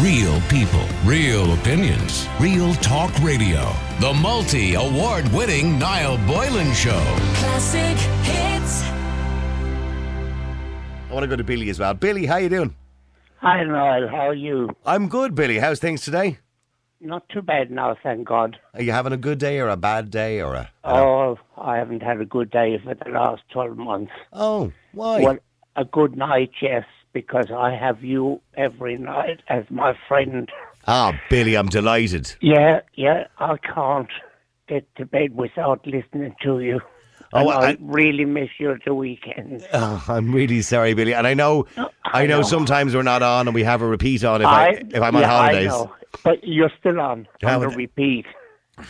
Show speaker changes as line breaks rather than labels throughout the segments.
Real people, real opinions, real talk radio. The multi award winning Niall Boylan Show.
Classic hits.
I want to go to Billy as well. Billy, how you doing?
Hi, Noel. How are you?
I'm good, Billy. How's things today?
Not too bad now, thank God.
Are you having a good day or a bad day or a?
Oh, I haven't had a good day for the last 12 months.
Oh, why?
Well, a good night, yes, because I have you every night as my friend.
Ah, Billy, I'm delighted.
Yeah, yeah, I can't get to bed without listening to you.
Oh,
and I,
I-
really miss you at the weekend.
Oh, I'm really sorry, Billy. And I know, I,
I
know,
know.
sometimes we're not on and we have a repeat on if I, if I'm on
yeah,
holidays.
I know, but you're still on,
How
on the
would-
repeat.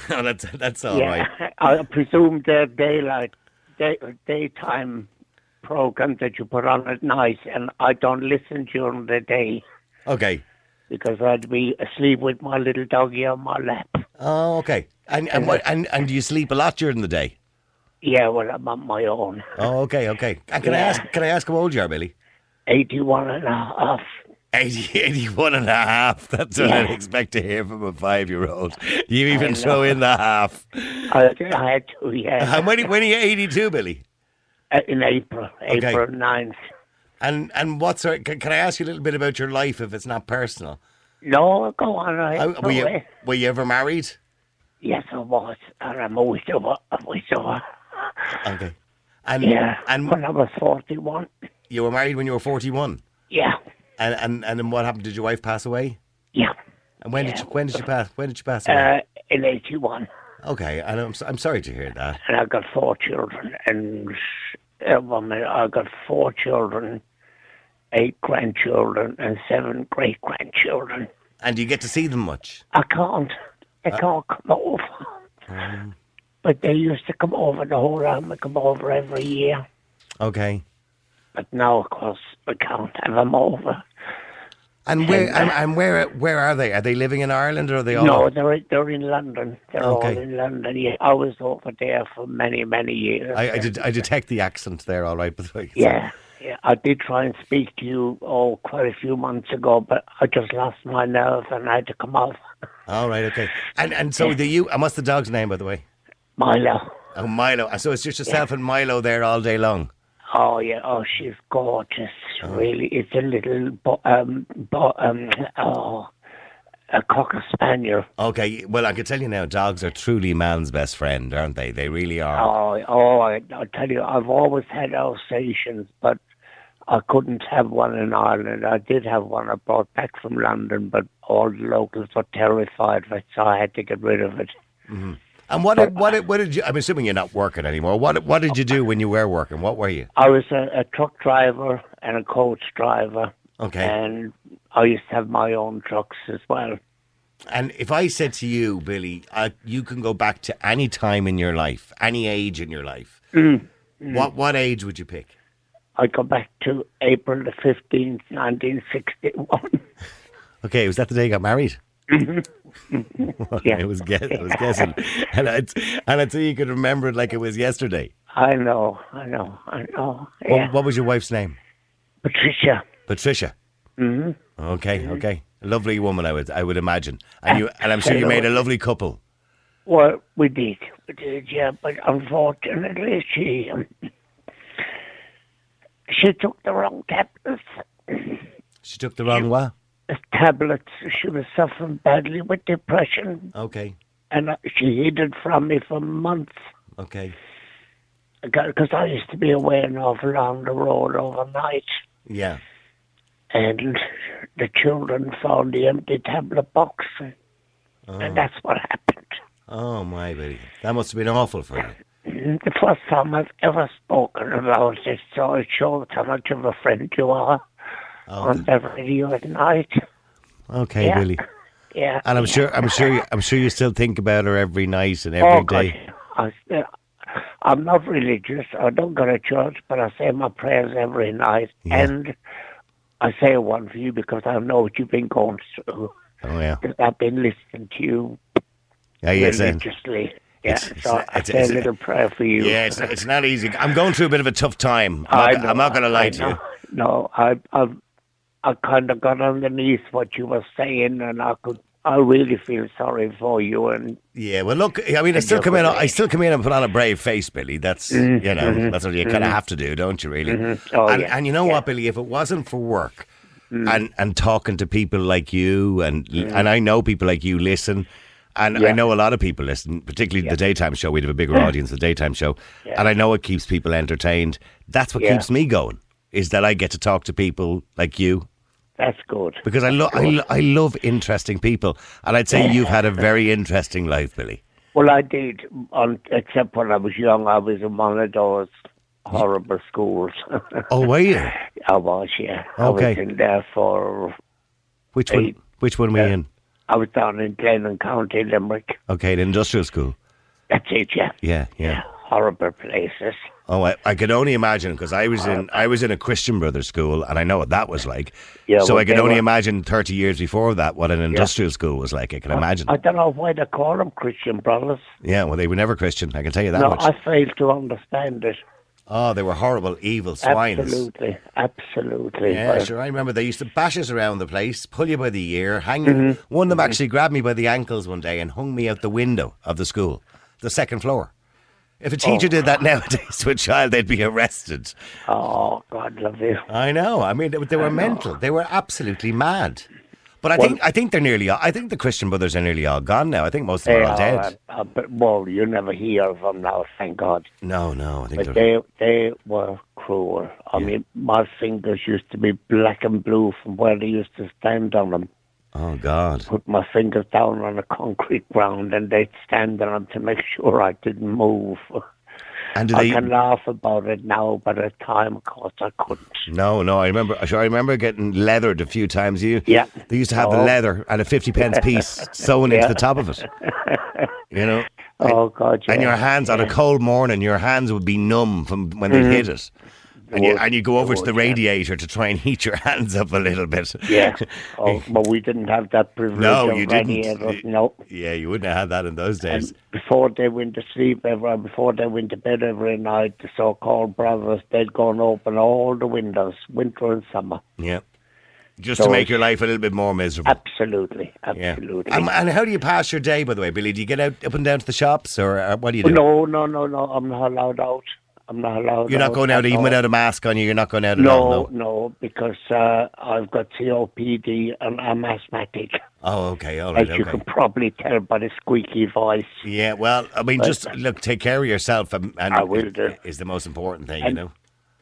No, Oh, that's that's all right.
yeah, I presume they're daylight, day, daytime programs that you put on at night, and I don't listen during the day
Okay.
because I'd be asleep with my little doggy on my lap.
Oh, okay. And and what and and do you sleep a lot during the day?
Yeah, well, I'm on my own.
Oh, okay, okay. And can I
Yeah.
ask? Can I ask how old you are, Billy?
81 and a half.
80, 81 and a half. That's what I'd expect to hear from a five-year-old. You even throw in the half.
I, I had to, yeah, uh,
And when, when are you 82, Billy?
in April,
Okay.
April 9th.
And and what's our, can, can I ask you a little bit about your life if it's not personal?
No, go on. I,
How-
go
were you
away.
were you ever married?
Yes, I was, and I'm a widower. A widower.
Okay. And
Yeah,
and
when I was 41.
you were married when you were 41.
Yeah,
And and and then what happened? Did your wife pass away?
yeah.
And when did
Yeah.
you, when did she pass? When did she pass away?
uh, in 81,
okay. And I'm so- I'm sorry to hear that.
and I got four children, and uh, well, my- I got four children, eight grandchildren, and seven great grandchildren.
And do you get to see them much?
I can't, they
Uh,
can't come over.
mm.
But they used to come over the whole time. They come over every year.
Okay.
But now, of course, we can't have them over.
And where and, and where where are they? Are they living in Ireland or are they all?
No, they're they're in London. They're all
Okay.
in London. Yeah, I was over there for many many years.
I, I did I detect the accent there. All right, but like,
Yeah, yeah. I did try and speak to you oh quite a few months ago, but I just lost my nerve and I had to come off.
All right. Okay. And and so the you and what's the dog's name by the way?
Milo.
Oh, Milo. So it's just yourself and Milo there all day long.
Oh yeah. Oh, she's gorgeous. Really, it's a little bo- um bo- um oh a cocker spaniel.
Okay, well, I can tell you now, dogs are truly man's best friend, aren't they? They really are.
Oh oh. I, I tell you, I've always had Alsatians, but. I couldn't have one in Ireland. I did have one I brought back from London, but all the locals were terrified of it, so I had to get rid of it.
And what did, what did, what did you? I'm assuming you're not working anymore. What what did you do when you were working? What were you?
I was a, a truck driver and a coach driver,
Okay.
and I used to have my own trucks as well.
And if I said to you, Billy, uh, you can go back to any time in your life, any age in your life.
Mm-hmm.
What what age would you pick?
I go back to April the fifteenth, nineteen sixty-one.
Okay, was that the day you got married?
Mm-hmm. Yeah.
I was guess, I was guessing, and I and I'd say you could remember it like it was yesterday.
I know, I know, I know.
What,
Yeah,
what was your wife's name?
Patricia.
Patricia. Mm-hmm. Okay, okay. Lovely woman, I would, I would imagine, and you, and I'm sure you made a lovely couple.
Well, we did, we did, yeah. But unfortunately, she um, she took the wrong tablets.
She took the wrong one.
Tablets. She was suffering badly with depression,
Okay,
and uh, she hid it from me for months.
okay.
because I used to be away an awful lot on the road overnight,
Yeah.
and the children found the empty tablet box,
Uh-huh.
and that's what happened.
Oh my baby, that must have been awful for you.
And The first time I've ever spoken about it, so it shows how much of a friend you are
Oh,
on the radio at night.
Okay,
Yeah.
Billy.
Yeah,
And I'm sure, I'm sure, you, I'm sure you still think about her every night and
oh
every day.
God, I still, I'm not religious. I don't go to church, but I say my prayers every night, and I say one for you because I know what you've been going through.
Oh yeah.
that I've been listening to you
Yeah, yes, and-
religiously. Yeah,
it's-
so I
it's-
say
it's-
a little prayer for you.
yeah. It's, it's not easy. I'm going through a bit of a tough time. I'm
I
not, I'm not going to
know,
lie
I
to you.
know. No, I, I've I kind of got underneath what you were saying, and I could. I really feel sorry for you, and
Yeah, well, look, I mean, I still come in. I still come in and put on a brave face, Billy. That's
Mm-hmm,
you know, that's what you kind of have to do, don't you? Really.
Oh,
and,
yeah, Mm.
and you know what, Billy? If it wasn't for work, and and talking to people like you, and and I know people like you listen. And I
Yeah. Mm.
know a lot of people listen, particularly the daytime show. We'd have a bigger audience, the daytime show. And I know it keeps people entertained. That's what
Yeah.
keeps me going, is that I get to talk to people like you
that's good.
because I, lo- I, lo- I love interesting people. And I'd say you've had a very interesting life, Billy.
Well, I did, on, except when I was young, I was in one of those horrible schools.
Oh, were you?
I was, yeah. I was
Okay.
in there for.
Which one?
Eight.
Which one were you in?
I was down in Glennon County, Limerick.
Okay, the industrial school.
That's it, yeah.
Yeah, yeah.
Horrible places.
Oh, I, I could only imagine because I was
Uh,
in I was in a Christian Brothers school, and I know what that was like.
Yeah,
so
well,
I could
they
only
were-
imagine thirty years before that what an industrial school was like. I can imagine.
Uh, I don't know why they call them Christian brothers.
yeah, well, they were never Christian. I can tell you that
No,
much.
I fail to understand it.
oh, they were horrible, evil swines.
Absolutely, absolutely.
Yeah,
But-
sure. I remember they used to bash us around the place, pull you by the ear, hang you. One of them actually grabbed me by the ankles one day and hung me out the window of the school, the second floor. If a teacher did that nowadays to a child, they'd be arrested.
Oh, God love you.
I know. I mean, they, they were mental. They were absolutely mad. But I think I think they're nearly. all- I think the Christian brothers are nearly all gone now. I think most of them
They
are all
are,
dead.
uh, uh, but, well, you never hear of them now, thank God.
no, no. I think
But
they're.
they they were cruel. I mean, my fingers used to be black and blue from where they used to stand on them.
Oh God.
Put my fingers down on the concrete ground, and they'd stand on them to make sure I didn't move.
And do
I
they?
can laugh about it now, but at the time, of course, I couldn't.
No, no, I remember. Sure, I remember getting leathered a few times. You,
Yeah.
They used to have the
Oh.
leather and a fifty pence piece sewn into the top of it. You know,
Oh God! Yeah. Mm-hmm.
and your hands on a cold morning, your hands would be numb from when they hit it. And you,
would,
and you go over to the
would, yeah.
radiator to try and heat your hands up a little bit.
Yeah. Oh, but we didn't have that privilege.
No,
of
you didn't.
any of us,
You-
No.
Yeah, you wouldn't have had that in those days.
And before they went to sleep every before they went to bed every night, the so-called brothers they'd go and open all the windows, winter and summer.
yeah. Just to
So-
make your life a little bit more miserable.
Absolutely,
yeah.
absolutely.
Um, and how do you pass your day, by the way, Billy? Do you get out up and down to the shops or uh, what do you do?
Oh, no, no, no, no. I'm not allowed out. I'm not allowed.
You're not going out
at
even
all.
without a mask on you. You're not going out at all.
No,
No.
no, because uh, I've got COPD and I'm asthmatic,
Oh, okay. All
as
right.
you
Okay.
can probably tell by the squeaky voice.
Yeah. Well, I mean, just look, take care of yourself, and, and
I will do.
Is the most important thing, you
And-
know.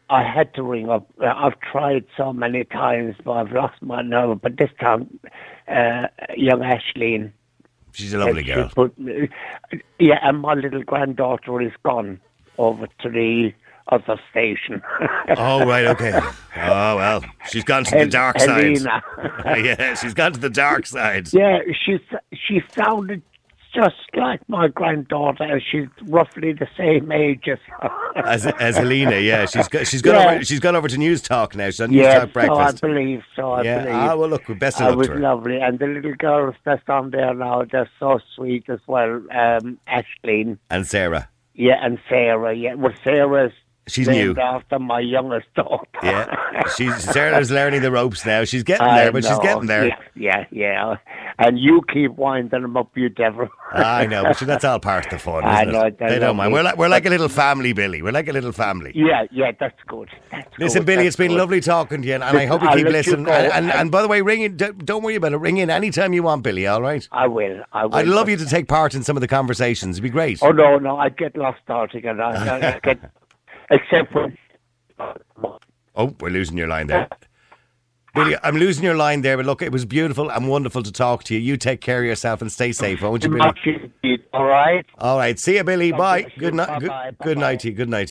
I had to ring up. Uh, I've tried so many times, but I've lost my nerve. But this time, uh, young Ashleen,
She's a lovely
she
girl.
put me- yeah, and my little granddaughter is gone over to the other station.
Oh right. Okay. Oh well, she's gone to the
Hel-
dark
Helena.
side. yeah, she's gone to the dark side.
yeah, she she sounded just like my granddaughter, and she's roughly the same age as her.
As, as Helena, yeah, she's go, she's gone
Yeah.
over she's gone over to News Talk now. She's on News
yeah,
Talk
so I
breakfast.
believe. So I
yeah.
believe.
Ah, well, look, best
I
of luck
was
to her.
lovely, and the little girls that's on there now, they're so sweet as well. Um, Ashleen,
And Sarah,
yeah, and Sarah, yeah. Well, Sarah's
She's
named
new.
after my youngest daughter.
yeah, she's Sarah's learning the ropes now. She's getting
I
there, but she's
know.
getting there.
Yeah, yeah, yeah. And you keep winding them up, you devil.
I know, but that's all part of the fun. Isn't
I know,
it?
they're
They don't mind.
lovely.
We're like we're like a little family, Billy. We're like a little family.
yeah, yeah, that's good. That's
Listen,
good,
Billy,
that's
it's been
good.
lovely talking to you, and, and I
Listen,
hope you
I'll
keep
let you
listening.
go.
and, and, and by the way, ring in. d- Don't worry about it. Ring in anytime you want, Billy. All right.
I will. I will.
I'd love you to take part in some of the conversations. It'd be great.
Oh no, no, I get lost starting, and I, I get except when.
Oh, we're losing your line there. Billy, I'm losing your line there, but look, it was beautiful and wonderful to talk to you. You take care of yourself and stay safe, won't you, Billy?
Much indeed. All right.
All right. See you, Billy. Bye.
bless you.
Good night.
Bye-bye.
Good, good
Bye-bye.
night to you. Good night.